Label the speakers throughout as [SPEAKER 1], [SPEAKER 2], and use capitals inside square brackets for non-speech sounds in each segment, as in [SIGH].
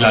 [SPEAKER 1] La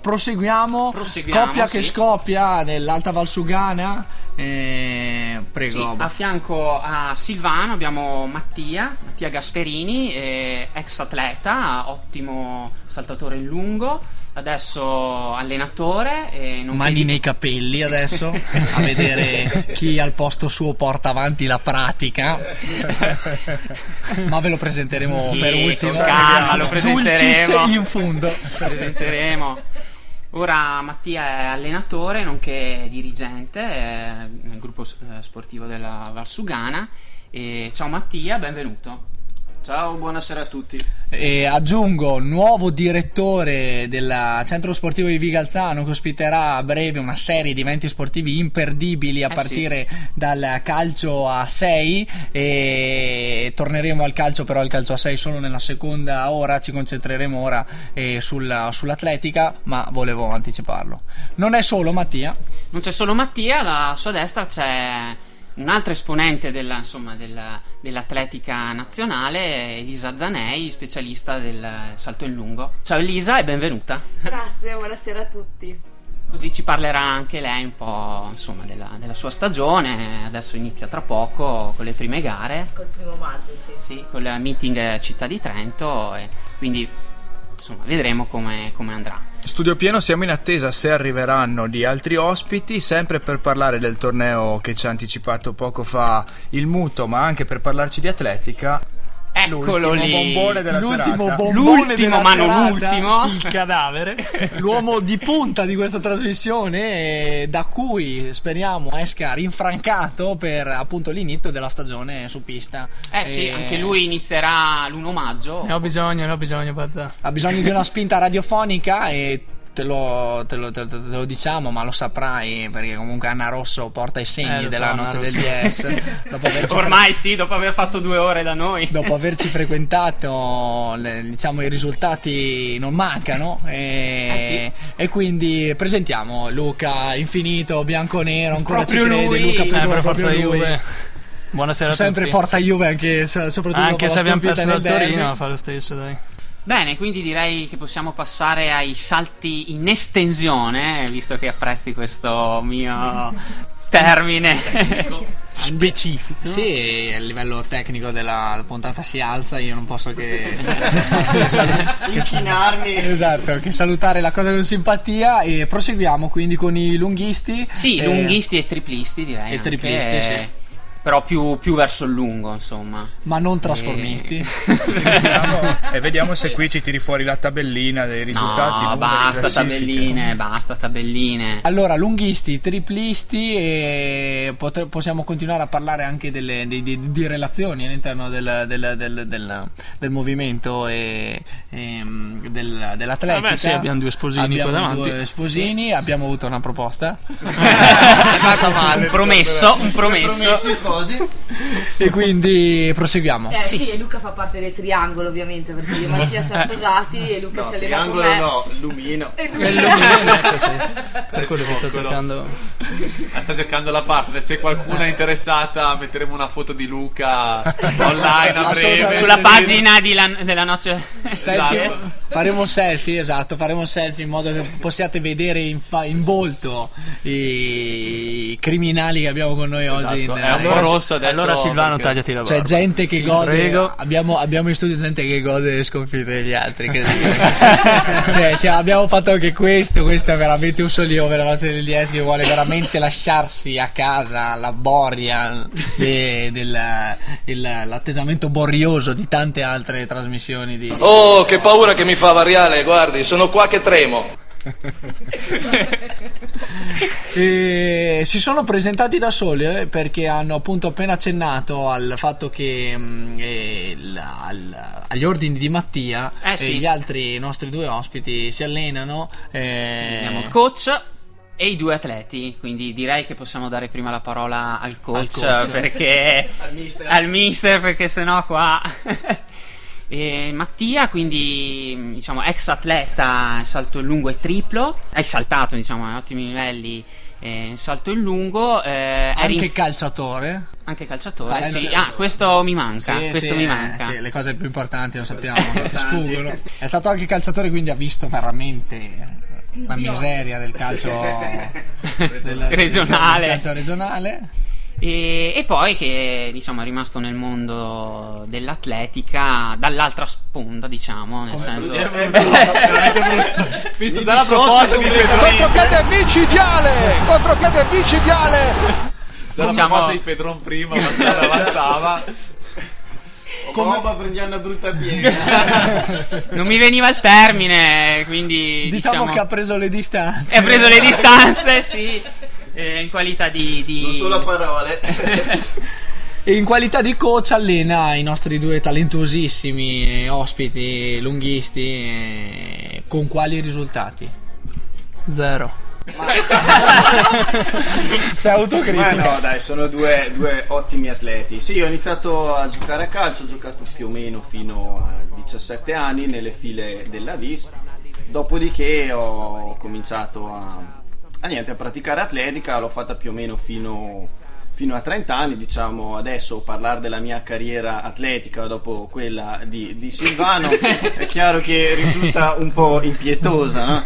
[SPEAKER 2] Proseguiamo.
[SPEAKER 3] Proseguiamo,
[SPEAKER 2] Coppia
[SPEAKER 3] sì.
[SPEAKER 2] che scoppia nell'Alta Valsugana. Eh, prego.
[SPEAKER 3] Sì, a fianco a Silvano abbiamo Mattia, Mattia Gasperini, eh, ex atleta, ottimo saltatore in lungo, adesso allenatore. E non
[SPEAKER 2] Mani
[SPEAKER 3] vedi-
[SPEAKER 2] nei capelli adesso a vedere chi al posto suo porta avanti la pratica. Ma ve lo presenteremo
[SPEAKER 3] Sì,
[SPEAKER 2] per
[SPEAKER 3] con
[SPEAKER 2] ultimo.
[SPEAKER 3] calma, lo presenteremo.
[SPEAKER 2] Dulcis in fondo.
[SPEAKER 3] presenteremo. Ora Mattia è allenatore nonché dirigente eh, nel gruppo s- eh, sportivo della Valsugana. E ciao Mattia, benvenuto.
[SPEAKER 4] Ciao, buonasera a tutti.
[SPEAKER 2] E aggiungo nuovo direttore del centro sportivo di Vigalzano che ospiterà a breve una serie di eventi sportivi imperdibili a
[SPEAKER 3] Eh
[SPEAKER 2] partire dal calcio a 6 e torneremo al calcio però al calcio a 6 solo nella seconda ora ci concentreremo ora eh, sulla- sull'atletica ma volevo anticiparlo non è solo Mattia
[SPEAKER 3] Non c'è solo Mattia, alla sua destra c'è un altro esponente della- insomma, della- dell'atletica nazionale, Elisa Zanei, specialista del salto in lungo. Ciao Elisa e benvenuta.
[SPEAKER 5] Grazie, buonasera a tutti.
[SPEAKER 3] Così ci parlerà anche lei un po' insomma, della, della sua stagione, adesso inizia tra poco con le prime gare,
[SPEAKER 5] Col primo maggio, sì.
[SPEAKER 3] sì, con il meeting eh, Città di Trento, e quindi insomma, vedremo come, come andrà.
[SPEAKER 6] Studio Pieno siamo in attesa se arriveranno di altri ospiti, sempre per parlare del torneo che ci ha anticipato poco fa il Muto, ma anche per parlarci di atletica.
[SPEAKER 3] Eccolo
[SPEAKER 6] L'ultimo
[SPEAKER 3] lì!
[SPEAKER 6] bombone della
[SPEAKER 2] L'ultimo
[SPEAKER 6] serata.
[SPEAKER 2] bombone della
[SPEAKER 3] L'ultimo, ma
[SPEAKER 2] serata.
[SPEAKER 3] non l'ultimo!
[SPEAKER 7] il cadavere.
[SPEAKER 2] [LAUGHS] L'uomo di punta di questa trasmissione, eh, da cui speriamo esca rinfrancato per appunto l'inizio della stagione su pista.
[SPEAKER 3] Eh sì,
[SPEAKER 2] E
[SPEAKER 3] anche lui inizierà l'1 maggio.
[SPEAKER 7] ne ho bisogno, ne ho bisogno, Pazza.
[SPEAKER 2] Ha bisogno di una spinta radiofonica e. Te lo, te lo- te lo- te lo diciamo, ma lo saprai perché comunque Anna Rosso porta i segni
[SPEAKER 7] Eh, lo
[SPEAKER 2] della
[SPEAKER 7] so, Anna
[SPEAKER 2] noce del
[SPEAKER 7] Rosso.
[SPEAKER 2] DS. dopo
[SPEAKER 3] [LAUGHS]
[SPEAKER 2] averci
[SPEAKER 3] [LAUGHS] Ormai sì, dopo aver fatto due ore da noi.
[SPEAKER 2] dopo averci frequentato le- diciamo i risultati non mancano e,
[SPEAKER 3] Eh sì.
[SPEAKER 2] e quindi presentiamo Luca Infinito bianco-nero ancora
[SPEAKER 3] Proprio
[SPEAKER 2] ci crede
[SPEAKER 3] lui.
[SPEAKER 2] Luca Pidone,
[SPEAKER 7] Sempre Cioè, forza
[SPEAKER 2] proprio lui.
[SPEAKER 7] Juve. Buonasera
[SPEAKER 2] sempre
[SPEAKER 7] a tutti.
[SPEAKER 2] forza Juve anche so- soprattutto
[SPEAKER 7] Anche
[SPEAKER 2] dopo
[SPEAKER 7] se
[SPEAKER 2] la
[SPEAKER 7] abbiamo
[SPEAKER 2] sconfitta
[SPEAKER 7] perso dal
[SPEAKER 2] nel derby.
[SPEAKER 7] Torino, ma fa lo stesso, dai.
[SPEAKER 3] Bene, quindi direi che possiamo passare ai salti in estensione, visto che apprezzi questo mio termine.
[SPEAKER 2] specifico sì a livello tecnico della puntata si alza io non posso
[SPEAKER 7] [LAUGHS]
[SPEAKER 2] che
[SPEAKER 4] Inchinarmi.
[SPEAKER 2] esatto che salutare la cosa con simpatia e proseguiamo quindi con i lunghisti
[SPEAKER 3] sì,
[SPEAKER 2] Eh,
[SPEAKER 3] lunghisti e triplisti direi.
[SPEAKER 2] e
[SPEAKER 3] anche,
[SPEAKER 2] triplisti,
[SPEAKER 3] eh,
[SPEAKER 2] sì.
[SPEAKER 3] Però più, più verso il lungo, insomma.
[SPEAKER 2] ma non trasformisti
[SPEAKER 3] [LAUGHS]
[SPEAKER 6] Vediamo- e vediamo se qui ci tiri fuori la tabellina dei risultati.
[SPEAKER 3] no,
[SPEAKER 6] numeri,
[SPEAKER 3] basta
[SPEAKER 6] classifiche.
[SPEAKER 3] tabelline,
[SPEAKER 2] [LAUGHS]
[SPEAKER 3] basta tabelline.
[SPEAKER 2] Allora, lunghisti, triplisti e potre- possiamo continuare a parlare anche delle, di, di- di relazioni all'interno del, del- del- del- del movimento e, ehm, del- dell'atletica.
[SPEAKER 7] Vabbè, Ah, sì, abbiamo due sposini qua
[SPEAKER 2] Abbiamo
[SPEAKER 7] davanti.
[SPEAKER 2] due sposini, abbiamo avuto una
[SPEAKER 7] [LAUGHS]
[SPEAKER 2] proposta.
[SPEAKER 3] un promesso, un promesso.
[SPEAKER 2] e quindi proseguiamo.
[SPEAKER 5] Eh sì. e Luca fa parte del triangolo, ovviamente, perché io e Mattia
[SPEAKER 2] Eh.
[SPEAKER 5] siamo sposati e Luca si allena con
[SPEAKER 4] triangolo
[SPEAKER 5] me.
[SPEAKER 4] no, lumino.
[SPEAKER 5] E lui-
[SPEAKER 7] Quello che Per quello che sto cercando.
[SPEAKER 8] Ah, sta cercando la partner. Se qualcuno è interessata, metteremo una foto di Luca online a breve.
[SPEAKER 2] Assolutamente.
[SPEAKER 3] Sulla pagina di la- della nostra... [LAUGHS]
[SPEAKER 2] Selfie?
[SPEAKER 8] Esatto.
[SPEAKER 2] Faremo un selfie, esatto, faremo un selfie in modo che possiate vedere in, fa- in volto i criminali che abbiamo con noi oggi.
[SPEAKER 8] Esatto,
[SPEAKER 2] in-
[SPEAKER 8] è un po' rosso adesso.
[SPEAKER 7] allora Silvano,
[SPEAKER 8] perché-
[SPEAKER 7] tagliati la barba.
[SPEAKER 2] C'è gente che
[SPEAKER 7] Ti
[SPEAKER 2] gode.
[SPEAKER 7] prego.
[SPEAKER 2] Abbiamo, abbiamo in studio gente che gode delle sconfitte degli altri.
[SPEAKER 8] [LAUGHS]
[SPEAKER 2] credimi. cioè, cioè, abbiamo fatto anche questo. Questo è veramente un soliove. La noce del DS che vuole veramente lasciarsi a casa la boria, de- del- il- l'attesamento borrioso di tante altre trasmissioni. Di,
[SPEAKER 9] Oh, che paura che mi fa Variale, guardi, sono qua che tremo.
[SPEAKER 2] E si sono presentati da soli eh, perché hanno appunto appena accennato al fatto che mh, eh, la- al- agli ordini di Mattia
[SPEAKER 3] Eh,
[SPEAKER 2] e
[SPEAKER 3] sì.
[SPEAKER 2] gli altri nostri due ospiti si allenano. eh,
[SPEAKER 3] Abbiamo il coach e i due atleti, quindi direi che possiamo dare prima la parola al coach,
[SPEAKER 2] coach.
[SPEAKER 3] perché
[SPEAKER 4] Al mister.
[SPEAKER 3] al mister perché sennò qua [LAUGHS] E Mattia, quindi diciamo ex atleta salto in lungo e triplo, hai saltato diciamo a ottimi livelli eh, in salto in lungo, eh, eri
[SPEAKER 2] anche
[SPEAKER 3] in-
[SPEAKER 2] calciatore.
[SPEAKER 3] anche calciatore,
[SPEAKER 2] Parendo-
[SPEAKER 3] sì. Ah, questo mi manca,
[SPEAKER 2] Sì,
[SPEAKER 3] questo
[SPEAKER 2] sì,
[SPEAKER 3] mi
[SPEAKER 2] eh,
[SPEAKER 3] manca.
[SPEAKER 2] sì, le cose più importanti lo sappiamo, ti
[SPEAKER 4] importanti.
[SPEAKER 2] sfuggono. È stato anche calciatore, quindi ha visto veramente la miseria del calcio del-
[SPEAKER 3] Regionale.
[SPEAKER 2] del calcio regionale.
[SPEAKER 3] E, e poi che diciamo è rimasto nel mondo dell'atletica dall'altra sponda, diciamo, nel senso
[SPEAKER 8] Visto già la proposta di Pedron,
[SPEAKER 9] Contropiede micidiale! Contropiede micidiale!
[SPEAKER 8] già la
[SPEAKER 3] Diciamo-
[SPEAKER 8] proposta di Pedron prima, ma se la avanzava.
[SPEAKER 4] Come va a prendere una
[SPEAKER 3] [LAUGHS]
[SPEAKER 4] brutta piega?
[SPEAKER 3] non mi veniva il termine, quindi
[SPEAKER 2] Diciamo,
[SPEAKER 3] diciamo,
[SPEAKER 2] che ha preso le distanze.
[SPEAKER 3] ha preso le distanze, sì, eh, in qualità di, di-
[SPEAKER 4] Non solo a parole.
[SPEAKER 2] E in qualità di coach allena i nostri due talentuosissimi ospiti lunghisti eh, con quali risultati?
[SPEAKER 7] Zero.
[SPEAKER 2] C'è autocritica.
[SPEAKER 4] Ma no, dai, sono due, due ottimi atleti. Sì, ho iniziato a giocare a calcio, ho giocato più o meno fino a 17 anni nelle file della VIS. Dopodiché ho cominciato a, a niente, a praticare atletica, l'ho fatta più o meno fino, fino a 30 anni. Diciamo adesso parlare della mia carriera atletica dopo quella di, di Silvano è chiaro che risulta un po' impietosa, no?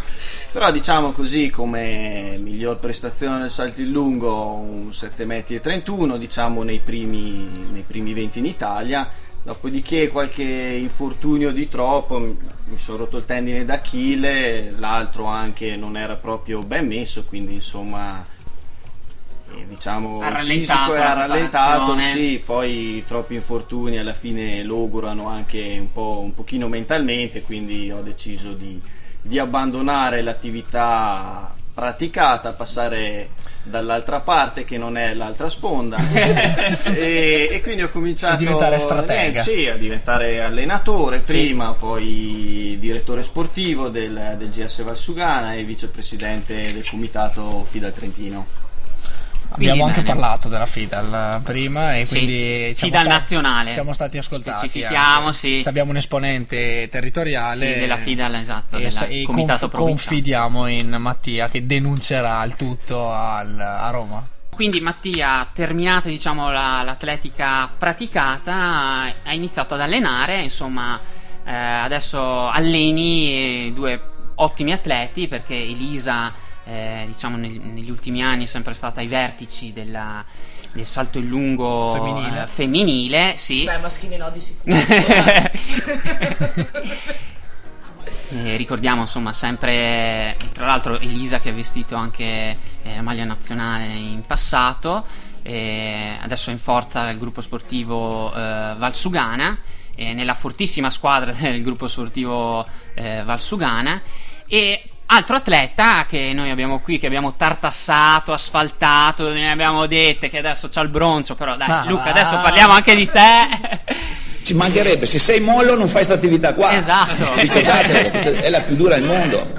[SPEAKER 4] Però diciamo così come miglior prestazione del salto in lungo un 7,31 m diciamo nei primi, nei primi 20 in Italia, dopodiché qualche infortunio di troppo, mi mi sono rotto il tendine d'Achille, l'altro anche non era proprio ben messo, quindi insomma eh, diciamo
[SPEAKER 3] Ha
[SPEAKER 4] il
[SPEAKER 3] rallentato
[SPEAKER 4] fisico
[SPEAKER 3] la
[SPEAKER 4] era rallentato,
[SPEAKER 3] preparazione.
[SPEAKER 4] sì, poi troppi infortuni alla fine logorano anche un po' un pochino mentalmente, quindi ho deciso di di abbandonare l'attività praticata, passare dall'altra parte che non è
[SPEAKER 3] [LAUGHS]
[SPEAKER 4] l'altra sponda e, e quindi ho cominciato
[SPEAKER 2] A diventare stratega.
[SPEAKER 4] Eh, sì, a diventare allenatore prima, poi direttore sportivo del, del GS Valsugana e vicepresidente del comitato Fida Trentino.
[SPEAKER 2] Abbiamo
[SPEAKER 3] Quindi,
[SPEAKER 2] anche
[SPEAKER 3] Daniel.
[SPEAKER 2] parlato della FIDAL eh, prima e
[SPEAKER 3] Sì,
[SPEAKER 2] quindi siamo
[SPEAKER 3] FIDAL nazionale.
[SPEAKER 2] Siamo stati ascoltati.
[SPEAKER 3] Specifichiamo,
[SPEAKER 2] anche.
[SPEAKER 3] sì.
[SPEAKER 2] Abbiamo un esponente territoriale
[SPEAKER 3] Sì, della FIDAL, esatto,
[SPEAKER 2] e
[SPEAKER 3] del
[SPEAKER 2] sa- e
[SPEAKER 3] comitato
[SPEAKER 2] conf-
[SPEAKER 3] provinciale.
[SPEAKER 2] confidiamo in Mattia che denuncerà il tutto al- a Roma.
[SPEAKER 3] Quindi Mattia, terminata diciamo, la- l'atletica praticata, ha iniziato ad allenare, insomma eh, adesso alleni eh, due ottimi atleti perché Elisa eh, diciamo, nel- negli ultimi anni è sempre stata ai vertici della- del salto in lungo
[SPEAKER 2] Femminile.
[SPEAKER 3] eh, femminile, sì.
[SPEAKER 5] Beh, maschile no
[SPEAKER 2] [LAUGHS]
[SPEAKER 5] di sicuro.
[SPEAKER 3] Eh, ricordiamo insomma sempre tra l'altro Elisa che ha vestito anche eh, la maglia nazionale in passato eh, adesso è in forza del gruppo sportivo eh, Valsugana eh, nella fortissima squadra [LAUGHS] del gruppo sportivo eh, Valsugana e altro atleta che noi abbiamo qui che abbiamo tartassato asfaltato ne abbiamo dette che adesso c'ha il broncio però dai
[SPEAKER 2] Ma
[SPEAKER 3] Luca
[SPEAKER 2] va.
[SPEAKER 3] adesso parliamo anche
[SPEAKER 2] [LAUGHS]
[SPEAKER 3] di te
[SPEAKER 9] Ci mancherebbe, se sei mollo non fai questa attività qua.
[SPEAKER 2] [LAUGHS]
[SPEAKER 3] esatto
[SPEAKER 9] Guardatelo, questa è la più dura al mondo.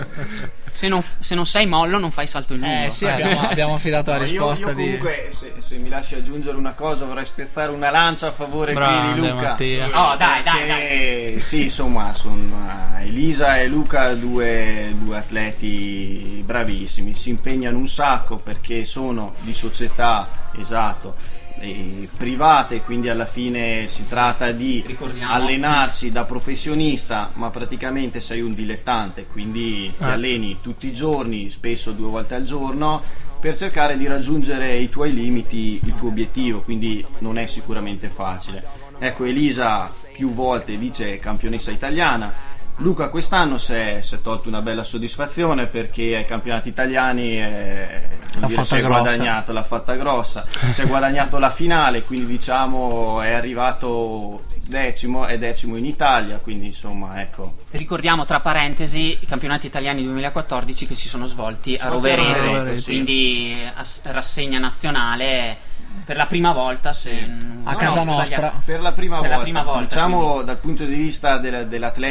[SPEAKER 3] se non, se non sei mollo non fai salto in lungo
[SPEAKER 2] Eh sì, abbiamo, abbiamo affidato la
[SPEAKER 4] No, io-
[SPEAKER 2] risposta
[SPEAKER 4] io,
[SPEAKER 2] di...
[SPEAKER 4] comunque, se, se mi lasci aggiungere una cosa, vorrei spezzare una lancia a favore qui di
[SPEAKER 7] Grande
[SPEAKER 4] Luca.
[SPEAKER 7] Mattia.
[SPEAKER 3] Oh, dai, dai,
[SPEAKER 4] Perché, Eh, Sì, insomma, sono eh, Elisa e Luca, due, due atleti bravissimi, si impegnano un sacco perché sono di società, esatto, eh, private, quindi alla fine si tratta di
[SPEAKER 3] Ricordiamo.
[SPEAKER 4] allenarsi da professionista, ma praticamente sei un dilettante, quindi ti alleni tutti i giorni, spesso due volte al giorno. Per cercare di raggiungere i tuoi limiti, il tuo obiettivo, quindi non è sicuramente facile. Ecco, Elisa più volte vice campionessa italiana. Luca quest'anno si è, si è tolto una bella soddisfazione perché ai campionati italiani eh, come
[SPEAKER 2] L'ha
[SPEAKER 4] dire,
[SPEAKER 2] fatta
[SPEAKER 4] si è
[SPEAKER 2] grossa.
[SPEAKER 4] guadagnato, l'ha fatta grossa, si è guadagnato la finale, quindi diciamo è arrivato decimo, è decimo in Italia, quindi insomma ecco.
[SPEAKER 3] Ricordiamo tra parentesi i campionati italiani 2014 che si sono svolti a
[SPEAKER 4] Svolti a
[SPEAKER 3] Rovereto,
[SPEAKER 4] Rovereto, sì.
[SPEAKER 3] quindi as- rassegna nazionale per la prima volta se non-
[SPEAKER 2] A
[SPEAKER 3] no,
[SPEAKER 2] casa
[SPEAKER 3] sbagliato.
[SPEAKER 2] nostra.
[SPEAKER 4] Per la prima
[SPEAKER 3] Per la
[SPEAKER 4] volta,
[SPEAKER 3] prima volta,
[SPEAKER 4] diciamo
[SPEAKER 3] quindi.
[SPEAKER 4] dal punto di vista della-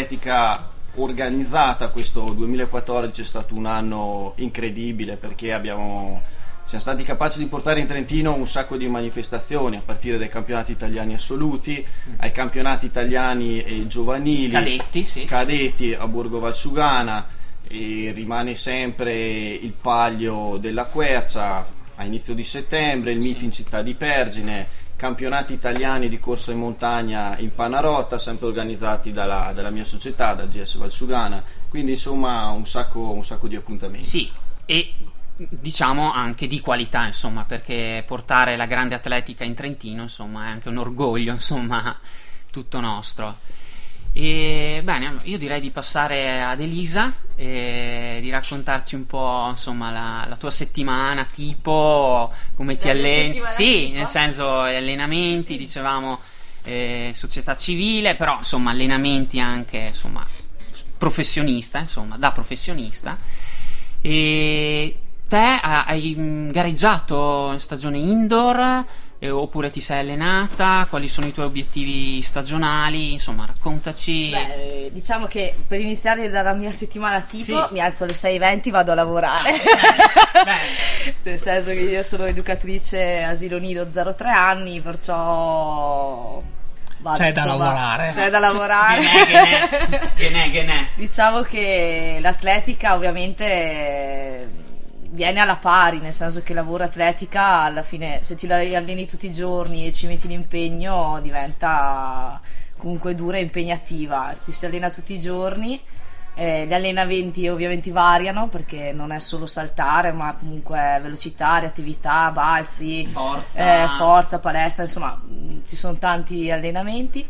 [SPEAKER 4] dell'atletica organizzata, questo 2014 è stato un anno incredibile perché abbiamo siamo stati capaci di portare in Trentino un sacco di manifestazioni, a partire dai campionati italiani assoluti, ai campionati italiani e giovanili,
[SPEAKER 3] Mm. Cadetti, sì.
[SPEAKER 4] cadetti a Borgo Valsugana e rimane sempre il palio della Quercia a inizio di settembre, il meet in città di Pergine, campionati italiani di corsa in montagna in Panarotta, sempre organizzati dalla, dalla mia società, dal GS Valsugana, quindi insomma un sacco, un sacco di appuntamenti.
[SPEAKER 3] Sì, e diciamo anche di qualità, insomma, perché portare la grande atletica in Trentino, insomma, è anche un orgoglio, [LAUGHS] insomma, tutto nostro. E bene, allora, io direi di passare ad Elisa e di raccontarci un po', insomma, la, la tua settimana tipo, come ti
[SPEAKER 5] La mia
[SPEAKER 3] alleni.
[SPEAKER 5] settimana
[SPEAKER 3] Sì,
[SPEAKER 5] tipo?
[SPEAKER 3] nel senso eh, allenamenti, dicevamo eh, società civile, però insomma, allenamenti anche, insomma, professionista, insomma, da professionista. E te ha- hai mh, gareggiato in stagione indoor eh, oppure ti sei allenata? Quali sono i tuoi obiettivi stagionali? Insomma, raccontaci.
[SPEAKER 5] Beh, eh, diciamo che per iniziare dalla mia settimana tipo
[SPEAKER 3] Sì.
[SPEAKER 5] mi alzo alle 6.20 vado a lavorare.
[SPEAKER 2] Ah,
[SPEAKER 5] [LAUGHS] Nel senso che io sono educatrice asilo nido 03 anni, perciò vado,
[SPEAKER 2] C'è da lavorare.
[SPEAKER 5] C'è da lavorare.
[SPEAKER 3] Che ne, che
[SPEAKER 5] [LAUGHS]
[SPEAKER 3] ne, che ne, che ne.
[SPEAKER 5] Diciamo che l'atletica ovviamente eh, viene alla pari, nel senso che il lavoro atletica alla fine se ti la- alleni tutti i giorni e ci metti l'impegno diventa comunque dura e impegnativa, ci si allena tutti i giorni. eh, gli allenamenti ovviamente variano perché non è solo saltare, ma comunque velocità, reattività, balzi,
[SPEAKER 3] Forza.
[SPEAKER 5] eh, forza, palestra, insomma, mh, ci sono tanti allenamenti.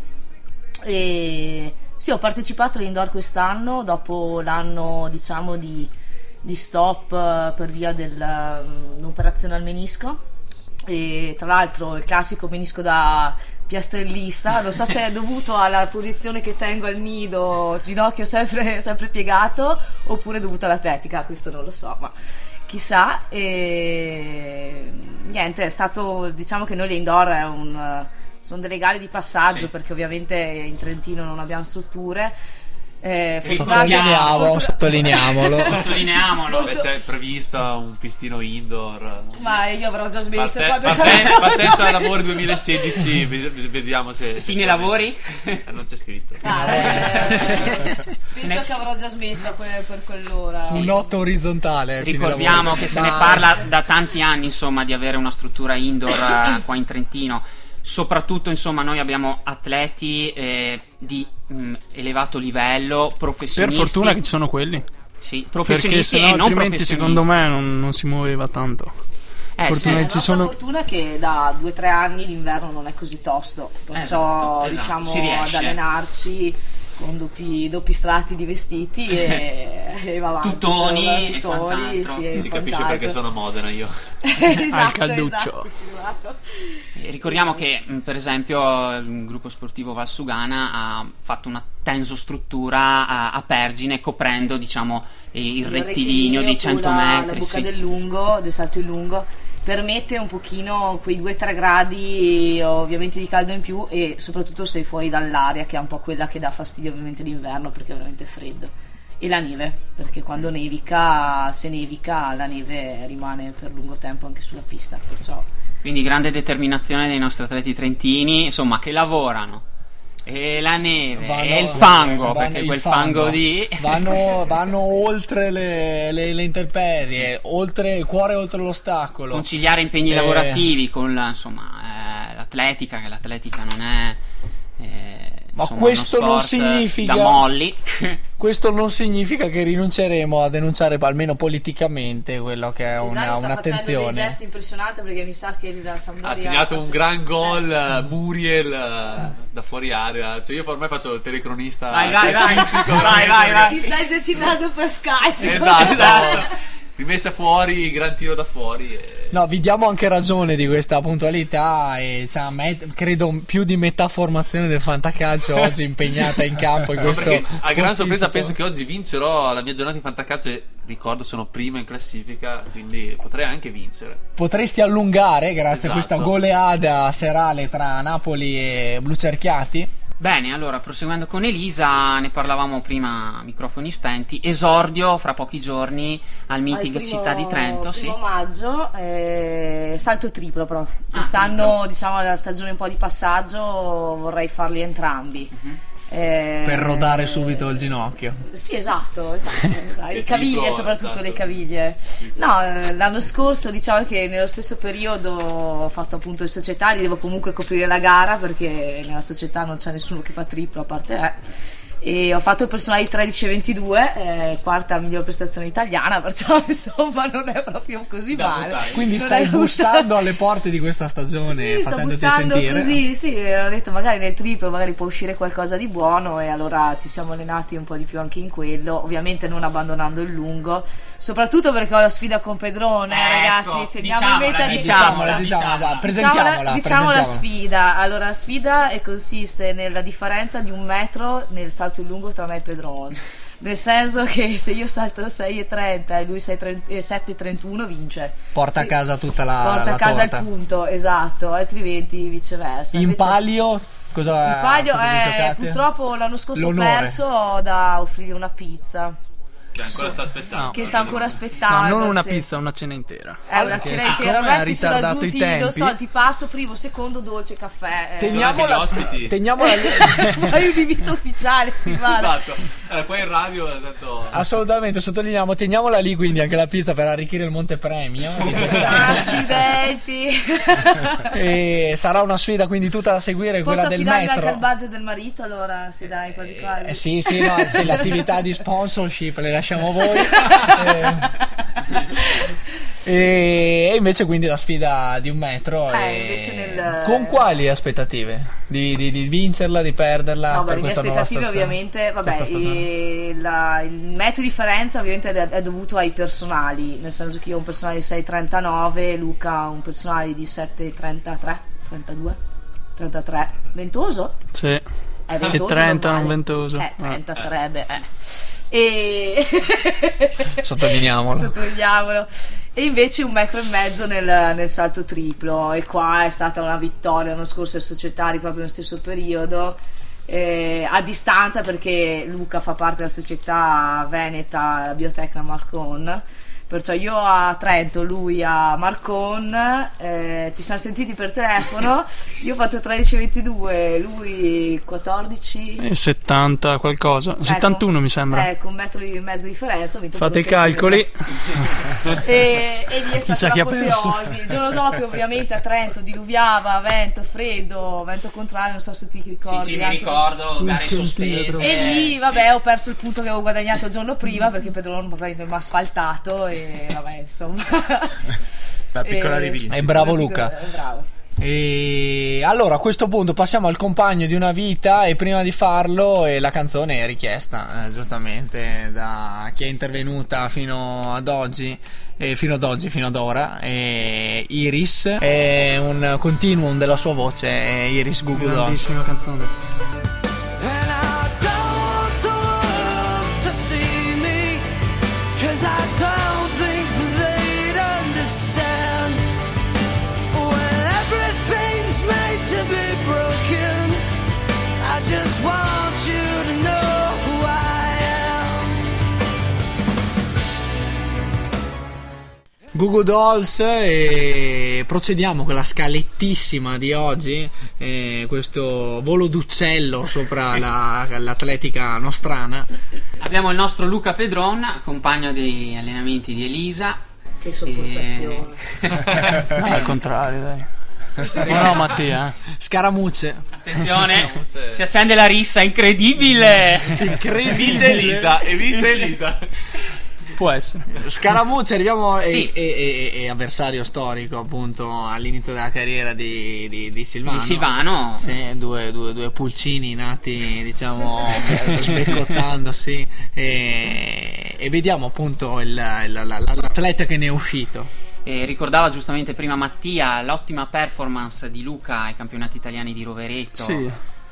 [SPEAKER 5] E sì, ho partecipato all'indoor quest'anno dopo l'anno, diciamo, di, di stop eh, per via dell'operazione al menisco. E tra l'altro il classico menisco da piastrellista, non so se è dovuto alla posizione che tengo al nido, ginocchio sempre, sempre piegato, oppure è dovuto all'atletica, questo non lo so, ma chissà. E niente, è stato, diciamo che noi l'indoor è un, sono delle gare di passaggio
[SPEAKER 3] Sì.
[SPEAKER 5] perché ovviamente in Trentino non abbiamo strutture. Eh,
[SPEAKER 2] Sottolineiamo,
[SPEAKER 3] [LAUGHS]
[SPEAKER 5] fortuna-
[SPEAKER 2] sottolineiamolo.
[SPEAKER 3] Sottolineiamolo.
[SPEAKER 8] Beh, c'è prevista un pistino indoor. non so.
[SPEAKER 5] Ma io avrò già smesso
[SPEAKER 8] Parte-
[SPEAKER 5] quando
[SPEAKER 8] parte-
[SPEAKER 5] sarà-
[SPEAKER 8] partenza lavori 2016, vi- vi- vediamo se.
[SPEAKER 3] Fine lavori?
[SPEAKER 8] Eh, Non c'è scritto.
[SPEAKER 5] Ah,
[SPEAKER 8] [LAUGHS]
[SPEAKER 5] eh, penso
[SPEAKER 3] ne-
[SPEAKER 5] che avrò già smesso que- per quell'ora.
[SPEAKER 2] Un otto orizzontale. eh, fine
[SPEAKER 3] Ricordiamo
[SPEAKER 2] lavoro.
[SPEAKER 3] che se
[SPEAKER 2] Ma-
[SPEAKER 3] ne parla da tanti anni, insomma, di avere una struttura indoor
[SPEAKER 7] [COUGHS]
[SPEAKER 3] eh, qua in Trentino. Soprattutto, insomma, noi abbiamo atleti eh, di mh, elevato livello,
[SPEAKER 7] Per
[SPEAKER 3] professionisti.
[SPEAKER 7] fortuna che ci sono quelli.
[SPEAKER 3] Sì,
[SPEAKER 7] Perché
[SPEAKER 3] professionisti
[SPEAKER 7] se no
[SPEAKER 3] e non
[SPEAKER 7] altrimenti
[SPEAKER 3] professionisti.
[SPEAKER 7] secondo me non, non si muoveva tanto.
[SPEAKER 3] Eh,
[SPEAKER 5] Sì,
[SPEAKER 7] fortuna-
[SPEAKER 5] la
[SPEAKER 7] Ci
[SPEAKER 5] nostra
[SPEAKER 7] sono-
[SPEAKER 5] fortuna è che da 2-3 anni l'inverno non è così tosto, perciò
[SPEAKER 3] Esatto, esatto, si
[SPEAKER 5] riusciamo
[SPEAKER 3] riesce.
[SPEAKER 5] ad allenarci con doppi, doppi strati di
[SPEAKER 3] [LAUGHS]
[SPEAKER 5] vestiti e, e va avanti.
[SPEAKER 3] Tutoni
[SPEAKER 5] insomma,
[SPEAKER 3] e
[SPEAKER 5] tutoni,
[SPEAKER 3] quant'altro.
[SPEAKER 5] sì, e
[SPEAKER 8] Si capisce
[SPEAKER 5] quant'altro.
[SPEAKER 8] perché sono a
[SPEAKER 5] [LAUGHS]
[SPEAKER 8] Modena io.
[SPEAKER 5] esatto,
[SPEAKER 7] Al calduccio.
[SPEAKER 5] esatto, sì, esatto.
[SPEAKER 3] Eh, Ricordiamo che, mh, per esempio, il gruppo sportivo Valsugana ha fatto una tensostruttura eh, a, a Pergine coprendo, diciamo, eh, il,
[SPEAKER 5] Il
[SPEAKER 3] rettilineo di 100
[SPEAKER 5] oppure la- La
[SPEAKER 3] metri.
[SPEAKER 5] buca
[SPEAKER 3] sì.
[SPEAKER 5] del lungo, del salto in lungo. Permette un pochino quei 2-3 gradi eh, ovviamente di caldo in più e soprattutto sei fuori dall'aria che è un po' quella che dà fastidio ovviamente d'inverno perché è veramente freddo. E la neve, perché
[SPEAKER 3] Mm.
[SPEAKER 5] quando nevica, se nevica la neve rimane per lungo tempo anche sulla pista, perciò
[SPEAKER 3] Quindi grande determinazione dei nostri atleti trentini, insomma, che lavorano. E la neve,
[SPEAKER 2] vanno-
[SPEAKER 3] e il fango,
[SPEAKER 2] vanno-
[SPEAKER 3] perché
[SPEAKER 2] il
[SPEAKER 3] quel fango, lì...
[SPEAKER 2] vanno, vanno oltre le, le- le intemperie, oltre il cuore oltre l'ostacolo.
[SPEAKER 3] [LAUGHS] conciliare impegni
[SPEAKER 2] Eh.
[SPEAKER 3] lavorativi con la- insomma, eh, l'atletica, che l'atletica non è... eh,
[SPEAKER 2] Ma
[SPEAKER 3] insomma,
[SPEAKER 2] questo
[SPEAKER 3] uno
[SPEAKER 2] non
[SPEAKER 3] sport
[SPEAKER 2] significa- [LAUGHS]
[SPEAKER 3] Da molli.
[SPEAKER 2] Questo non significa che rinunceremo a denunciare almeno politicamente quello che è
[SPEAKER 5] Pisani
[SPEAKER 2] una,
[SPEAKER 5] Esatto, sta facendo dei
[SPEAKER 2] un'attenzione.
[SPEAKER 5] gesti impressionanti perché mi sa che la Sampdoria
[SPEAKER 8] Ha segnato un
[SPEAKER 5] passa-
[SPEAKER 8] gran gol eh, Muriel eh, da fuori area. Cioè, io ormai faccio il
[SPEAKER 3] Ah,
[SPEAKER 8] telecronista.
[SPEAKER 3] Vai, vai, vai,
[SPEAKER 8] calcistico,
[SPEAKER 3] vai, vai, vai.
[SPEAKER 5] Si sta esercitando per Sky. [LAUGHS]
[SPEAKER 8] Esatto. Rimessa fuori, gran tiro da fuori. E...
[SPEAKER 2] No, vi diamo anche ragione di questa puntualità. E, cioè, met- credo più di metà formazione del
[SPEAKER 5] [LAUGHS]
[SPEAKER 2] fantacalcio oggi impegnata in campo. In
[SPEAKER 8] No,
[SPEAKER 2] questo
[SPEAKER 8] perché a gran
[SPEAKER 2] posticipo.
[SPEAKER 8] sorpresa penso che oggi vincerò la mia giornata in fantacalcio e ricordo sono prima in classifica, quindi potrei anche vincere.
[SPEAKER 2] Potresti allungare, grazie
[SPEAKER 8] Esatto.
[SPEAKER 2] a questa goleada serale tra Napoli e Blucerchiati.
[SPEAKER 3] Bene, allora proseguendo con Elisa, ne parlavamo prima a microfoni spenti. Esordio fra pochi giorni al meeting
[SPEAKER 5] Al primo-
[SPEAKER 3] Città di Trento, sì.
[SPEAKER 5] primo maggio, eh, salto triplo però.
[SPEAKER 3] Ah,
[SPEAKER 5] Quest'anno,
[SPEAKER 3] triplo.
[SPEAKER 5] diciamo, la stagione un po' di passaggio, vorrei farli entrambi.
[SPEAKER 3] Mhm.
[SPEAKER 5] Eh,
[SPEAKER 2] Per rodare subito il ginocchio.
[SPEAKER 5] Sì, esatto,
[SPEAKER 8] [LAUGHS]
[SPEAKER 5] esatto, esatto.
[SPEAKER 8] Che
[SPEAKER 5] le
[SPEAKER 8] triplo,
[SPEAKER 5] caviglie, soprattutto
[SPEAKER 8] esatto.
[SPEAKER 5] le caviglie. No, eh, l'anno scorso diciamo che nello stesso periodo ho fatto appunto il societario, devo comunque coprire la gara perché nella società non c'è nessuno che fa triplo a parte me. E ho fatto il personale di 13-22, eh, quarta miglior prestazione italiana, [LAUGHS] perciò insomma non è proprio così
[SPEAKER 8] Da
[SPEAKER 5] male.
[SPEAKER 8] buttare.
[SPEAKER 2] Quindi
[SPEAKER 5] Non
[SPEAKER 2] stai
[SPEAKER 5] è una-
[SPEAKER 2] bussando alle porte di questa stagione,
[SPEAKER 5] Sì, sto
[SPEAKER 2] facendoti
[SPEAKER 5] bussando
[SPEAKER 2] sentire.
[SPEAKER 5] così, sì, eh, ho detto magari nel triplo magari può uscire qualcosa di buono e allora ci siamo allenati un po' di più anche in quello, ovviamente non abbandonando il lungo, soprattutto perché ho la sfida con Pedrone,
[SPEAKER 3] Ecco,
[SPEAKER 5] ragazzi, teniamo in meta di
[SPEAKER 2] Eh, Diciamola,
[SPEAKER 5] testa.
[SPEAKER 2] diciamola, esatto.
[SPEAKER 3] diciamola.
[SPEAKER 2] presentiamola.
[SPEAKER 5] Diciamo la- diciamo la
[SPEAKER 2] presentiamola.
[SPEAKER 5] sfida. Allora, la sfida eh, consiste nella differenza di un metro nel salto in lungo tra me e Pedrone. Nel senso che se io salto 6,30 e lui 6,30 e 7,31 vince.
[SPEAKER 2] Porta a
[SPEAKER 5] Sì.
[SPEAKER 2] casa tutta la,
[SPEAKER 5] Porta
[SPEAKER 2] la
[SPEAKER 5] a casa
[SPEAKER 2] torta.
[SPEAKER 5] il punto, esatto, altrimenti viceversa.
[SPEAKER 2] In
[SPEAKER 5] Invece-
[SPEAKER 2] palio, cosa
[SPEAKER 5] in palio,
[SPEAKER 2] cosa vi
[SPEAKER 5] eh,
[SPEAKER 2] giocate?
[SPEAKER 5] purtroppo l'anno scorso ho
[SPEAKER 2] L'onore.
[SPEAKER 5] perso ho da offrirgli una pizza
[SPEAKER 8] Che Cioè, ancora sta aspettando.
[SPEAKER 5] che sta ancora aspettando.
[SPEAKER 7] No, Ah, non una
[SPEAKER 5] Ah, sì.
[SPEAKER 7] pizza, una cena intera.
[SPEAKER 5] È una
[SPEAKER 2] Perché
[SPEAKER 5] cena
[SPEAKER 2] siccome
[SPEAKER 5] intera, ormai
[SPEAKER 2] ha
[SPEAKER 5] si sono
[SPEAKER 2] ritardato i
[SPEAKER 5] aggiunti,
[SPEAKER 2] tempi-
[SPEAKER 5] lo so, antipasto, primo, secondo, dolce, caffè. eh.
[SPEAKER 2] Teniamo-
[SPEAKER 8] Sono anche gli
[SPEAKER 2] Teniamola-
[SPEAKER 8] ospiti.
[SPEAKER 2] Teniamola
[SPEAKER 5] [LAUGHS]
[SPEAKER 2] lì.
[SPEAKER 5] Poi un invito ufficiale, si guarda.
[SPEAKER 8] Esatto. Allora, qua in radio tanto
[SPEAKER 2] Assolutamente, sottolineiamo, teniamola lì quindi anche la pizza per arricchire il montepremio. di quest'anno.
[SPEAKER 5] Ah,
[SPEAKER 2] [LAUGHS]
[SPEAKER 5] Accidenti.
[SPEAKER 2] Eh, e sarà una sfida quindi tutta da seguire,
[SPEAKER 5] Posso
[SPEAKER 2] quella del
[SPEAKER 5] affidarmi anche al
[SPEAKER 2] metro.
[SPEAKER 5] budget del marito, allora? Sì, dai, quasi quasi.
[SPEAKER 2] Eh, sì, sì, no, sì, le attività di sponsorship le lasciamo a
[SPEAKER 5] [LAUGHS]
[SPEAKER 2] voi. Eh, e, e invece quindi la sfida di un metro.
[SPEAKER 5] Eh,
[SPEAKER 2] e-
[SPEAKER 5] invece nel-
[SPEAKER 2] Con quali aspettative? Di, di- di vincerla, di perderla?
[SPEAKER 5] No,
[SPEAKER 2] per
[SPEAKER 5] beh, le mie
[SPEAKER 2] questa nuova
[SPEAKER 5] aspettative
[SPEAKER 2] stazione?
[SPEAKER 5] ovviamente, vabbè,
[SPEAKER 2] Questa stagione.
[SPEAKER 5] eh, la- il metro di differenza ovviamente è, è dovuto ai personali, nel senso che io ho un personale di 6,39, Luca ha un personale di 7,33, 32, 33, ventoso?
[SPEAKER 7] Sì.
[SPEAKER 5] È
[SPEAKER 7] E
[SPEAKER 5] ventoso
[SPEAKER 7] 30, Eh, non
[SPEAKER 5] normale.
[SPEAKER 7] ventoso.
[SPEAKER 5] Eh,
[SPEAKER 7] Eh.
[SPEAKER 5] 30 sarebbe, eh. E... [LAUGHS]
[SPEAKER 2] Sottolineiamola.
[SPEAKER 5] Sottolineiamolo. E invece un metro e mezzo nel, nel salto triplo. E qua è stata una vittoria l'anno scorso ai societari proprio nello stesso periodo. Eh, a distanza perché Luca fa parte della società veneta, la biotecna Marcon. Perciò io a Trento, lui a Marcon, eh, ci siamo sentiti per telefono, io ho fatto 13-22, lui 14,
[SPEAKER 7] E 70 Eh, qualcosa. 71 mi sembra.
[SPEAKER 5] Ecco, un metro e mezzo di differenza. ho vinto
[SPEAKER 7] Fate i
[SPEAKER 5] quello che c'era.
[SPEAKER 7] calcoli.
[SPEAKER 5] E,
[SPEAKER 7] [LAUGHS]
[SPEAKER 5] e lì è
[SPEAKER 7] Chissà
[SPEAKER 5] stata
[SPEAKER 7] chi ha perso.
[SPEAKER 5] l'apoteosi. Il giorno dopo, ovviamente, a Trento diluviava, vento, freddo, vento contrario. Non so se ti ricordi. anche-
[SPEAKER 3] gare
[SPEAKER 2] centimetro.
[SPEAKER 5] E
[SPEAKER 3] Eh,
[SPEAKER 5] lì, vabbè, ho perso il punto che avevo guadagnato il giorno prima perché Pedrone magari mi ha asfaltato. E vabbè, insomma.
[SPEAKER 7] [LAUGHS]
[SPEAKER 6] La piccola
[SPEAKER 5] [LAUGHS] Eh,
[SPEAKER 6] rivincita.
[SPEAKER 2] È bravo Luca.
[SPEAKER 5] Eh, Bravo.
[SPEAKER 2] E allora a questo punto passiamo al compagno di una vita e prima di farlo eh, la canzone è richiesta eh, giustamente da chi è intervenuta fino ad oggi eh, fino ad oggi, fino ad ora e Iris è un continuum della sua voce eh, Iris Gugudo
[SPEAKER 7] Grandissima canzone.
[SPEAKER 2] Google Dolls e procediamo con la scalettissima di oggi, eh, questo volo d'uccello sopra la- l'atletica nostrana.
[SPEAKER 3] Abbiamo il nostro Luca Pedron, compagno degli allenamenti di Elisa. Ecco.
[SPEAKER 5] Che sopportazione.
[SPEAKER 7] No, al contrario, dai. Ma no, Mattia. eh.
[SPEAKER 2] Scaramucce.
[SPEAKER 3] [LAUGHS] Attenzione,
[SPEAKER 8] Cioè-
[SPEAKER 3] si accende la rissa, incredibile!
[SPEAKER 8] Vice Elisa e vice Elisa.
[SPEAKER 7] Può essere.
[SPEAKER 2] Scaramuccia, arriviamo e-
[SPEAKER 3] Sì.
[SPEAKER 2] e, e- e- e avversario storico appunto all'inizio della carriera di, di- di Silvano.
[SPEAKER 3] Di Silvano.
[SPEAKER 2] Ah, Sì, due, due- due pulcini nati
[SPEAKER 3] [LAUGHS]
[SPEAKER 2] diciamo sbecottandosi e, e vediamo appunto il- il- la- la- l'atleta che ne è uscito.
[SPEAKER 3] E eh, ricordava giustamente prima Mattia l'ottima performance di Luca ai campionati italiani di Rovereto.
[SPEAKER 7] Sì.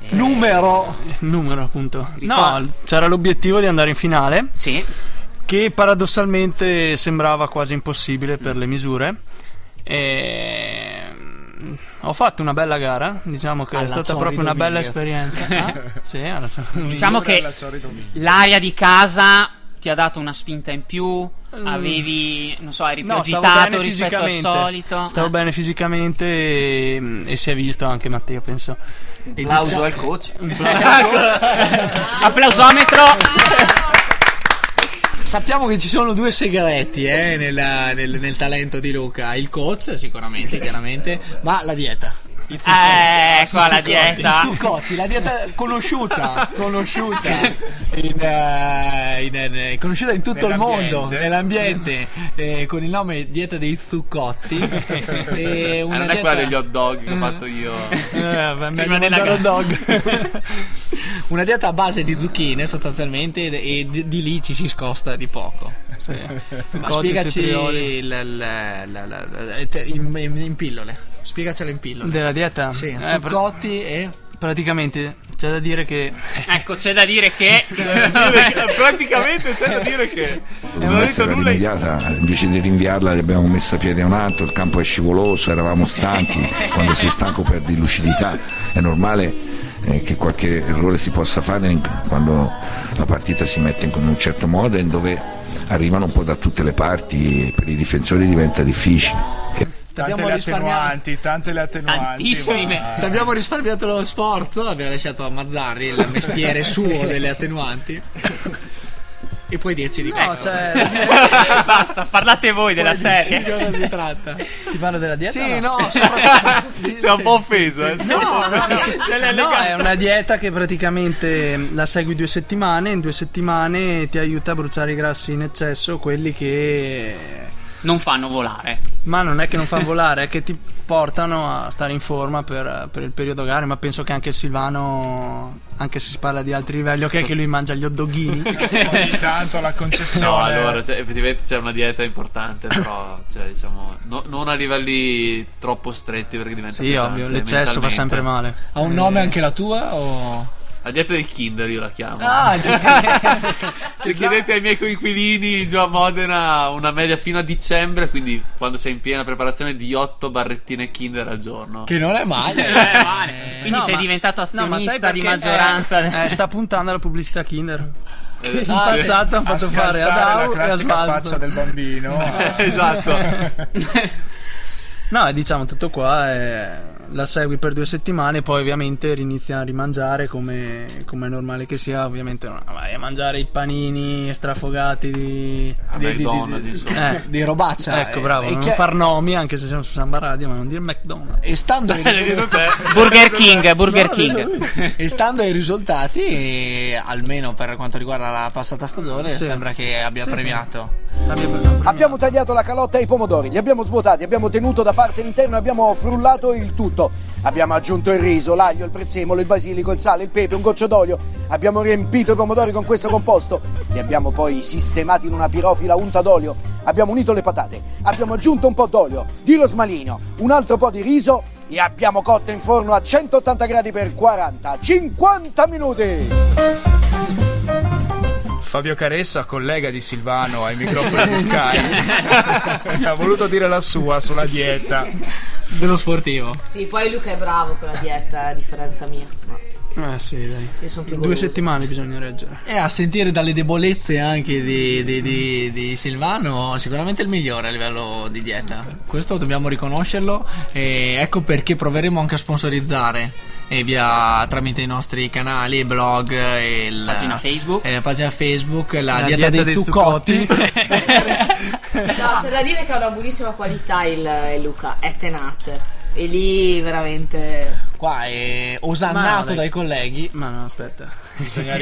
[SPEAKER 3] Eh,
[SPEAKER 7] Numero! Numero, appunto.
[SPEAKER 3] No.
[SPEAKER 7] c'era l'obiettivo di andare in finale,
[SPEAKER 3] Sì,
[SPEAKER 7] che paradossalmente sembrava quasi impossibile per le misure. E... Ho fatto una bella gara, diciamo che
[SPEAKER 2] Alla
[SPEAKER 7] è stata
[SPEAKER 2] Zori
[SPEAKER 7] proprio una bella
[SPEAKER 2] Dominguez.
[SPEAKER 7] esperienza. [LAUGHS] Ah, sì, alla Zori-
[SPEAKER 3] diciamo che l'area di casa ti ha dato una spinta in più.
[SPEAKER 7] Mm.
[SPEAKER 3] Avevi, non so, eri più
[SPEAKER 7] No, stavo
[SPEAKER 3] agitato
[SPEAKER 7] bene
[SPEAKER 3] rispetto al
[SPEAKER 7] fisicamente.
[SPEAKER 3] solito.
[SPEAKER 7] Stavo
[SPEAKER 3] Eh.
[SPEAKER 7] bene fisicamente e, e si è visto anche Mattia, penso.
[SPEAKER 4] Applauso al coach.
[SPEAKER 7] [LAUGHS]
[SPEAKER 3] Applausometro.
[SPEAKER 2] Sappiamo che ci sono due segreti eh, nella- nel, nel talento di Luca, il coach sicuramente, chiaramente, ma la dieta. Il zucco-
[SPEAKER 3] Eh, ecco la
[SPEAKER 2] zuccotti,
[SPEAKER 3] dieta.
[SPEAKER 2] i Zuccotti, la dieta conosciuta, conosciuta in, eh, in- eh, conosciuta in tutto il mondo, nell'ambiente, eh, con il nome dieta dei
[SPEAKER 3] [LAUGHS]
[SPEAKER 2] zuccotti. E
[SPEAKER 8] Eh,
[SPEAKER 2] una
[SPEAKER 8] non è
[SPEAKER 2] dieta-
[SPEAKER 8] quella degli hot dog che ho fatto io.
[SPEAKER 7] Eh, Prima
[SPEAKER 2] della [LAUGHS] Una dieta a base di zucchine sostanzialmente ed- e di, di lì ci si scosta di poco. Ma spiegaci il, la- la- la- la- eh, te- in, in- in pillole. Spiegacela in pillole.
[SPEAKER 7] della dieta.
[SPEAKER 2] sì,
[SPEAKER 7] Eh, pra-
[SPEAKER 2] zuccotti e
[SPEAKER 7] praticamente c'è da dire che
[SPEAKER 3] Ecco, c'è da dire
[SPEAKER 7] [LAUGHS]
[SPEAKER 3] che. [LAUGHS]
[SPEAKER 8] Eh, Praticamente c'è da dire che non ho detto nulla. in-
[SPEAKER 10] rinviata, invece di rinviarla abbiamo messo a piede un altro, il campo è scivoloso, eravamo stanchi, quando si è stanco perdi lucidità, è normale eh, che qualche errore si possa fare in- quando la partita si mette in in un certo modo e dove arrivano un po' da tutte le parti e per i difensori diventa difficile.
[SPEAKER 6] Tante
[SPEAKER 2] abbiamo
[SPEAKER 6] le
[SPEAKER 2] risparmiato-
[SPEAKER 6] attenuanti, tante le attenuanti.
[SPEAKER 3] Tantissime.
[SPEAKER 6] ma-
[SPEAKER 2] Ti abbiamo risparmiato lo sforzo, abbiamo lasciato a Mazzarri il mestiere suo delle attenuanti. E puoi dirci di
[SPEAKER 7] No,
[SPEAKER 2] cosa- [LAUGHS]
[SPEAKER 7] cioè,
[SPEAKER 3] Basta, parlate voi della
[SPEAKER 2] di
[SPEAKER 3] serie.
[SPEAKER 2] cosa si tratta.
[SPEAKER 7] ti parlo della dieta?
[SPEAKER 2] Sì, [LAUGHS] no, soprattutto-
[SPEAKER 8] Sei un po' offeso, eh.
[SPEAKER 7] No, è una dieta che praticamente la segui due settimane, in due settimane ti aiuta a bruciare i grassi in eccesso, quelli che...
[SPEAKER 3] Non fanno volare.
[SPEAKER 7] Ma non è che non fa
[SPEAKER 2] [LAUGHS]
[SPEAKER 7] volare, è che ti portano a stare in forma per, per il periodo gare, ma penso che anche Silvano, anche se si parla di altri livelli, ok che lui mangia gli hot doghini,
[SPEAKER 6] Ogni tanto la
[SPEAKER 8] No,
[SPEAKER 6] concessione.
[SPEAKER 8] allora, cioè, effettivamente c'è una dieta importante, però, cioè, diciamo, no- non a livelli troppo stretti perché diventa
[SPEAKER 7] sì
[SPEAKER 8] pesante
[SPEAKER 2] esatto,
[SPEAKER 7] ovvio, l'eccesso fa
[SPEAKER 8] mentalmente.
[SPEAKER 7] sempre male.
[SPEAKER 2] Ha un nome anche la tua o...
[SPEAKER 8] La dieta del Kinder io la chiamo.
[SPEAKER 2] Ah,
[SPEAKER 8] Se chiedete ai miei coinquilini giù a Modena una media fino a dicembre, quindi quando sei in piena preparazione di 8 barrettine Kinder al giorno. [LAUGHS]
[SPEAKER 2] che non è male.
[SPEAKER 3] Quindi
[SPEAKER 7] No,
[SPEAKER 3] sei
[SPEAKER 7] Eh, ma-
[SPEAKER 3] diventato
[SPEAKER 7] No, ma sai
[SPEAKER 3] azionista di
[SPEAKER 7] perché-
[SPEAKER 3] maggioranza.
[SPEAKER 7] eh, eh, sta puntando alla pubblicità Kinder.
[SPEAKER 8] Eh,
[SPEAKER 7] [LAUGHS] In passato hanno
[SPEAKER 6] a
[SPEAKER 7] fatto fare ad
[SPEAKER 6] scalzare
[SPEAKER 7] Au
[SPEAKER 6] la
[SPEAKER 7] e a
[SPEAKER 6] classica faccia
[SPEAKER 7] Sbalzo.
[SPEAKER 6] del bambino.
[SPEAKER 10] [LAUGHS]
[SPEAKER 8] esatto.
[SPEAKER 7] No, eh, diciamo tutto qua. eh, la segui per due settimane, poi ovviamente rinizia a rimangiare come, come è normale che sia. Ovviamente no, vai a mangiare i panini strafogati di.
[SPEAKER 8] A
[SPEAKER 2] Di- di- di-
[SPEAKER 8] McDonald's, insomma.
[SPEAKER 7] Eh,
[SPEAKER 2] Di
[SPEAKER 6] Cioè,
[SPEAKER 2] robaccia.
[SPEAKER 7] ecco,
[SPEAKER 2] eh,
[SPEAKER 7] bravo.
[SPEAKER 2] e
[SPEAKER 7] non
[SPEAKER 2] chi-
[SPEAKER 7] far nomi, anche se siamo su Samba Radio, ma non dire McDonald's.
[SPEAKER 2] E stando,
[SPEAKER 7] [LAUGHS]
[SPEAKER 2] ai
[SPEAKER 8] Hai detto te.
[SPEAKER 3] Burger King, Burger King.
[SPEAKER 2] e stando ai risultati, eh, almeno per quanto riguarda la passata stagione,
[SPEAKER 7] Sì.
[SPEAKER 2] sembra che abbia
[SPEAKER 7] Sì,
[SPEAKER 2] premiato.
[SPEAKER 7] Abbiamo- abbiamo-
[SPEAKER 10] Abbiamo tagliato la calotta e i pomodori, li abbiamo svuotati, abbiamo tenuto da parte l'interno e abbiamo frullato il tutto. Abbiamo aggiunto il riso, l'aglio, il prezzemolo, il basilico, il sale, il pepe, un goccio d'olio. Abbiamo riempito i pomodori con questo composto. Li abbiamo poi sistemati in una pirofila unta d'olio. Abbiamo unito le patate, abbiamo aggiunto un po' d'olio, di rosmalino, un altro po' di riso e abbiamo cotto in forno a 180 gradi per 40-50 minuti.
[SPEAKER 6] Fabio Caressa, collega di Silvano
[SPEAKER 2] [LAUGHS]
[SPEAKER 6] ai microfoni di Sky, ha voluto dire la sua sulla dieta.
[SPEAKER 2] Dello sportivo.
[SPEAKER 5] Sì, poi Luca è bravo con la dieta, a differenza mia. Ma
[SPEAKER 7] Eh, sì, dai.
[SPEAKER 5] io sono più
[SPEAKER 7] Due
[SPEAKER 5] golosa.
[SPEAKER 7] settimane bisogna reggere.
[SPEAKER 2] E a sentire dalle debolezze anche di, di- di- di Silvano, sicuramente il migliore a livello di dieta. Questo dobbiamo riconoscerlo. E ecco perché proveremo anche a sponsorizzare e via tramite i nostri canali, i blog e il-
[SPEAKER 3] Pagina Facebook.
[SPEAKER 2] e Eh, la pagina Facebook, la,
[SPEAKER 7] La
[SPEAKER 2] dieta,
[SPEAKER 7] dieta
[SPEAKER 2] dei,
[SPEAKER 7] dei
[SPEAKER 2] zuccotti. [LAUGHS]
[SPEAKER 5] No, c'è da dire che ha una buonissima qualità il, il Luca, è tenace. E lì veramente.
[SPEAKER 2] qua è osannato
[SPEAKER 7] Ma no, dai.
[SPEAKER 2] dai colleghi.
[SPEAKER 7] Ma no, aspetta. [LAUGHS]
[SPEAKER 6] Bisogna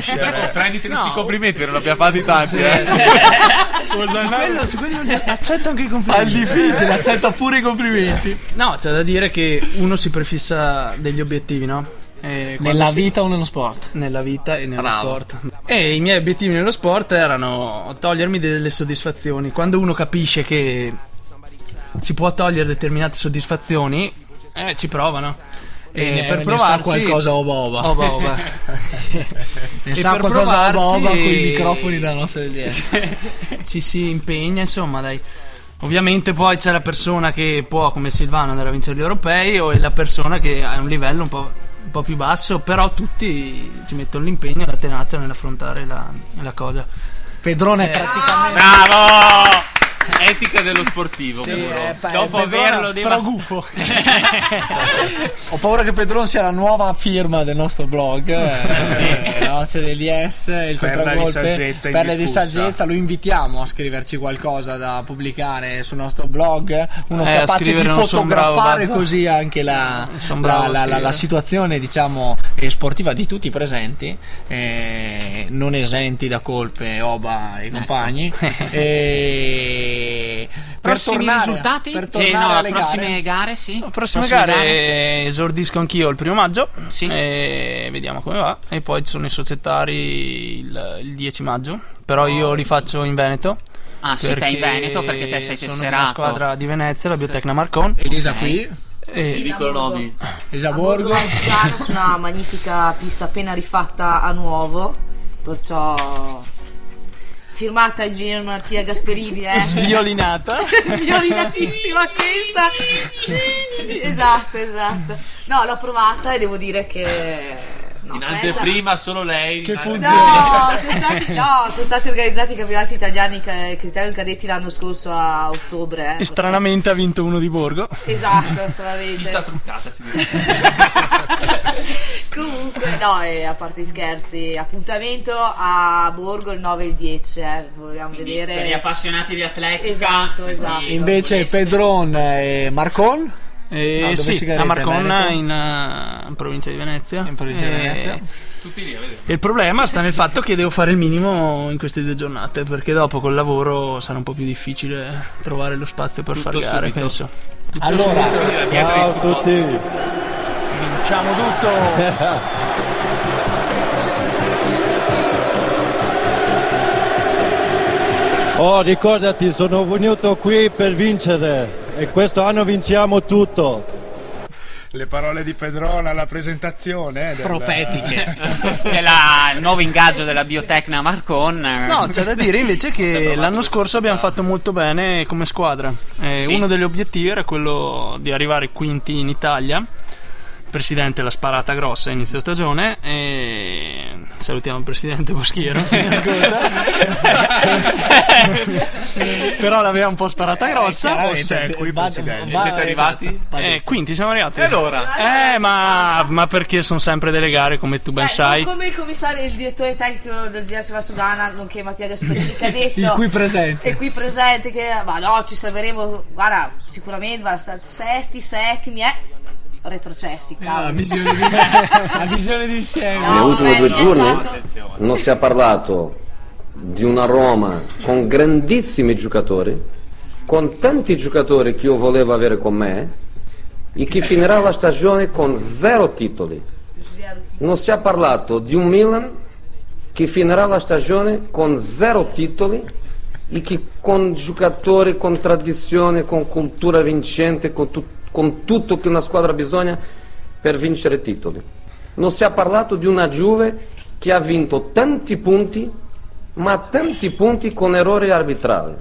[SPEAKER 8] Cioè, prenditi
[SPEAKER 7] No.
[SPEAKER 8] questi complimenti perché non li abbiamo fatti tanti. eh.
[SPEAKER 7] su, quello, su quello li accetto anche i complimenti. Al difficile, accetto pure i complimenti. No, c'è da dire che uno si prefissa degli obiettivi, no? E quando
[SPEAKER 2] Nella
[SPEAKER 7] si-
[SPEAKER 2] vita o nello sport?
[SPEAKER 7] Nella vita e nello
[SPEAKER 2] Bravo.
[SPEAKER 7] sport. E i miei obiettivi nello sport erano togliermi delle soddisfazioni. Quando uno capisce che si può togliere determinate soddisfazioni, eh, ci provano. E,
[SPEAKER 2] Ne-
[SPEAKER 7] per
[SPEAKER 2] Eh, ne
[SPEAKER 7] provarci
[SPEAKER 2] sa qualcosa o boba.
[SPEAKER 7] Oh,
[SPEAKER 2] [LAUGHS]
[SPEAKER 7] boba.
[SPEAKER 2] Ne
[SPEAKER 7] E
[SPEAKER 2] sa
[SPEAKER 7] per
[SPEAKER 2] qualcosa o
[SPEAKER 7] provarci-
[SPEAKER 2] boba con i microfoni della nostra idea.
[SPEAKER 7] [LAUGHS] ci si impegna, insomma, dai. Ovviamente poi c'è la persona che può, come Silvano, andare a vincere gli europei o la persona che ha un livello un po', un po' più basso, però tutti ci mettono l'impegno e la tenacia nell'affrontare la, la cosa.
[SPEAKER 2] Pedrone è
[SPEAKER 7] Eh,
[SPEAKER 2] praticamente.
[SPEAKER 8] Bravo! Etica dello sportivo.
[SPEAKER 2] Sì,
[SPEAKER 8] Muro.
[SPEAKER 2] eh, pa-
[SPEAKER 8] Dopo
[SPEAKER 2] Pedrone, però
[SPEAKER 8] averlo devastato.
[SPEAKER 2] gufo.
[SPEAKER 8] [LAUGHS]
[SPEAKER 2] [LAUGHS] Ho paura che Pedron sia la nuova firma del nostro blog, eh, la nostra DLS, il
[SPEAKER 6] Perla di
[SPEAKER 2] contragolpe,
[SPEAKER 6] saggezza
[SPEAKER 2] perle di
[SPEAKER 6] indiscussa.
[SPEAKER 2] saggezza, lo invitiamo a scriverci qualcosa da pubblicare sul nostro blog, uno
[SPEAKER 8] Eh, a
[SPEAKER 2] capace di
[SPEAKER 8] scrivere non son bravo,
[SPEAKER 2] fotografare
[SPEAKER 8] Bazza.
[SPEAKER 2] così anche la,
[SPEAKER 7] son
[SPEAKER 2] la-
[SPEAKER 7] bravo a
[SPEAKER 2] la- la- la
[SPEAKER 7] scrivere.
[SPEAKER 2] situazione diciamo eh, sportiva di tutti i presenti, eh, non esenti da colpe, Oba e compagni. E per
[SPEAKER 3] Prossimi
[SPEAKER 2] tornare,
[SPEAKER 3] risultati?
[SPEAKER 2] per
[SPEAKER 3] eh,
[SPEAKER 2] tornare
[SPEAKER 3] no,
[SPEAKER 2] alle
[SPEAKER 3] prossime
[SPEAKER 2] gare.
[SPEAKER 3] gare, sì.
[SPEAKER 7] La prossima
[SPEAKER 3] Prossime
[SPEAKER 7] gara
[SPEAKER 3] gare.
[SPEAKER 7] eh, esordisco anch'io il primo maggio,
[SPEAKER 3] Sì.
[SPEAKER 7] e vediamo come va. E poi ci sono i societari il, il 10 maggio, però io li faccio in Veneto.
[SPEAKER 3] Oh. Ah, sì, te in
[SPEAKER 7] perché
[SPEAKER 3] Veneto perché te sei
[SPEAKER 7] sono di
[SPEAKER 3] tesserato.
[SPEAKER 7] una squadra di Venezia, la Biotecna Marcon.
[SPEAKER 2] Elisa qui,
[SPEAKER 7] E-
[SPEAKER 8] Ti dicono nomi.
[SPEAKER 2] Elisa
[SPEAKER 5] A Borgo
[SPEAKER 2] Borgo.
[SPEAKER 5] Vaticano, su una magnifica pista appena rifatta a nuovo, perciò firmata Gino Martia Gasperini, eh. [LAUGHS]
[SPEAKER 7] sviolinata.
[SPEAKER 3] [LAUGHS]
[SPEAKER 5] Sviolinatissima questa. esatto, esatto. No, l'ho provata e devo dire che no,
[SPEAKER 8] In
[SPEAKER 5] Venezia-
[SPEAKER 8] anteprima solo lei. Ah, Che
[SPEAKER 5] No, sono stati, no, sono stati organizzati i campionati italiani che Critello Cadetti l'anno scorso a ottobre. eh.
[SPEAKER 7] E stranamente ha vinto uno di Borgo.
[SPEAKER 5] Esatto, stranamente.
[SPEAKER 8] Pista truccata, si dice.
[SPEAKER 5] [LAUGHS] Comunque, no, e a parte i scherzi, appuntamento a Borgo il 9 e il 10. Eh. Vogliamo
[SPEAKER 3] Quindi, Per gli
[SPEAKER 5] vedere.
[SPEAKER 3] appassionati di atletica.
[SPEAKER 5] Esatto,
[SPEAKER 3] di-
[SPEAKER 5] esatto.
[SPEAKER 2] Invece
[SPEAKER 3] volesse-
[SPEAKER 2] Pedron e Marcon.
[SPEAKER 7] Eh,
[SPEAKER 2] No, dove si
[SPEAKER 7] sì,
[SPEAKER 2] gareggia?
[SPEAKER 7] a Marconna
[SPEAKER 2] Veneto?
[SPEAKER 7] in, eh, in provincia di Venezia.
[SPEAKER 2] In provincia di
[SPEAKER 7] Eh,
[SPEAKER 2] Venezia.
[SPEAKER 8] Tutti lì, vedete.
[SPEAKER 7] E il problema sta nel fatto che devo fare il minimo in queste due giornate, perché dopo col lavoro sarà un po' più difficile trovare lo spazio per
[SPEAKER 8] Tutto
[SPEAKER 7] fare gare,
[SPEAKER 8] subito.
[SPEAKER 7] penso.
[SPEAKER 2] Allora,
[SPEAKER 8] Ciao a tutti.
[SPEAKER 7] Vinciamo tutto!
[SPEAKER 11] Oh, ricordati, sono venuto qui per vincere e questo anno vinciamo tutto.
[SPEAKER 6] Le parole di Pedrona alla presentazione. eh, del-
[SPEAKER 2] profetiche.
[SPEAKER 5] esatto.
[SPEAKER 3] [LAUGHS] Della- il nuovo ingaggio della biotecna Marcon. eh.
[SPEAKER 7] No, c'è da dire [LAUGHS] invece che
[SPEAKER 3] Sembrava
[SPEAKER 7] l'anno
[SPEAKER 3] tutto
[SPEAKER 7] scorso abbiamo fatto molto bene come squadra. Eh,
[SPEAKER 3] Sì.
[SPEAKER 7] Uno degli obiettivi era quello di arrivare quinti in Italia. Il presidente l'ha sparata grossa a inizio stagione. E... Salutiamo il presidente Boschiero. se mi ascolta. [LAUGHS] Però l'aveva un po' sparata grossa.
[SPEAKER 2] eh, Chiaramente,
[SPEAKER 6] secoli,
[SPEAKER 2] va-
[SPEAKER 6] presidente.
[SPEAKER 2] va-
[SPEAKER 8] Siete arrivati?
[SPEAKER 2] va-
[SPEAKER 7] Eh, quinti siamo arrivati.
[SPEAKER 8] E allora?
[SPEAKER 7] Eh, ma, ma perché sono sempre delle gare, come tu ben sai.
[SPEAKER 5] Cioè, come il commissario, il direttore tecnico del Gira Silva Sudana, nonché Mattia Gasperini,
[SPEAKER 7] [LAUGHS]
[SPEAKER 5] che ha detto.
[SPEAKER 2] Il qui presente.
[SPEAKER 6] [LAUGHS]
[SPEAKER 5] E qui presente che, ma no, ci salveremo, guarda, sicuramente, guarda, sta- sesti, settimi, eh,
[SPEAKER 7] Eh,
[SPEAKER 5] retrocessi,
[SPEAKER 2] La
[SPEAKER 5] cavolo.
[SPEAKER 2] visione [LAUGHS] di la visione d'insieme.
[SPEAKER 5] No,
[SPEAKER 9] Negli ultimi
[SPEAKER 5] vabbè,
[SPEAKER 9] due
[SPEAKER 5] è
[SPEAKER 9] giorni?
[SPEAKER 5] stato-
[SPEAKER 9] Non si è parlato di una Roma con grandissimi giocatori, con tanti giocatori che io volevo avere con me e che finirà la stagione con zero titoli. Non si è parlato di un Milan che finirà la stagione con zero titoli e che con giocatori, con tradizione, con cultura vincente, con, tut- con tutto che una squadra bisogna per vincere titoli. Non si è parlato di una Juve che ha vinto tanti punti, ma tanti punti con errori arbitrali.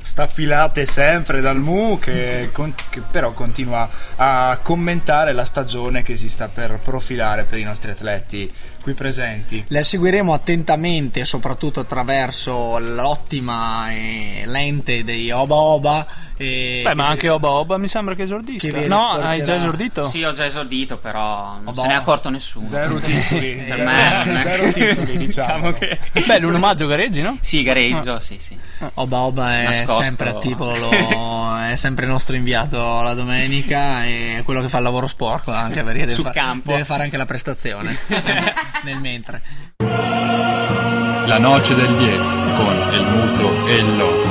[SPEAKER 6] staffilate sempre dal Mu che, con- che però continua a commentare la stagione che si sta per profilare per i nostri atleti qui presenti.
[SPEAKER 2] Le seguiremo attentamente, soprattutto attraverso l'ottima eh, lente dei Oba Oba, eh, E-
[SPEAKER 7] Beh, ma anche Oba Oba mi sembra che esordisca.
[SPEAKER 2] che vi
[SPEAKER 7] no,
[SPEAKER 2] riporterà-
[SPEAKER 7] hai già esordito?
[SPEAKER 3] Sì, ho già esordito, però non
[SPEAKER 7] Oh,
[SPEAKER 3] se
[SPEAKER 7] boh.
[SPEAKER 3] ne è accorto nessuno.
[SPEAKER 7] Zero titoli.
[SPEAKER 3] per me, Eh, non è-
[SPEAKER 7] Zero titoli, diciamo.
[SPEAKER 3] che.
[SPEAKER 7] Beh, l'1 maggio gareggi, no?
[SPEAKER 3] [LAUGHS] Sì, gareggio, sì, sì.
[SPEAKER 2] Oba Oba è
[SPEAKER 3] Nascosto.
[SPEAKER 2] sempre attivo, lo- è sempre il nostro inviato la domenica e è quello che fa il lavoro sporco anche perché deve,
[SPEAKER 3] Sul
[SPEAKER 2] fa-
[SPEAKER 3] campo.
[SPEAKER 2] deve fare anche la
[SPEAKER 3] [LAUGHS]
[SPEAKER 2] prestazione nel, nel mentre.
[SPEAKER 1] La noche del 10 con el mutuo e il loco.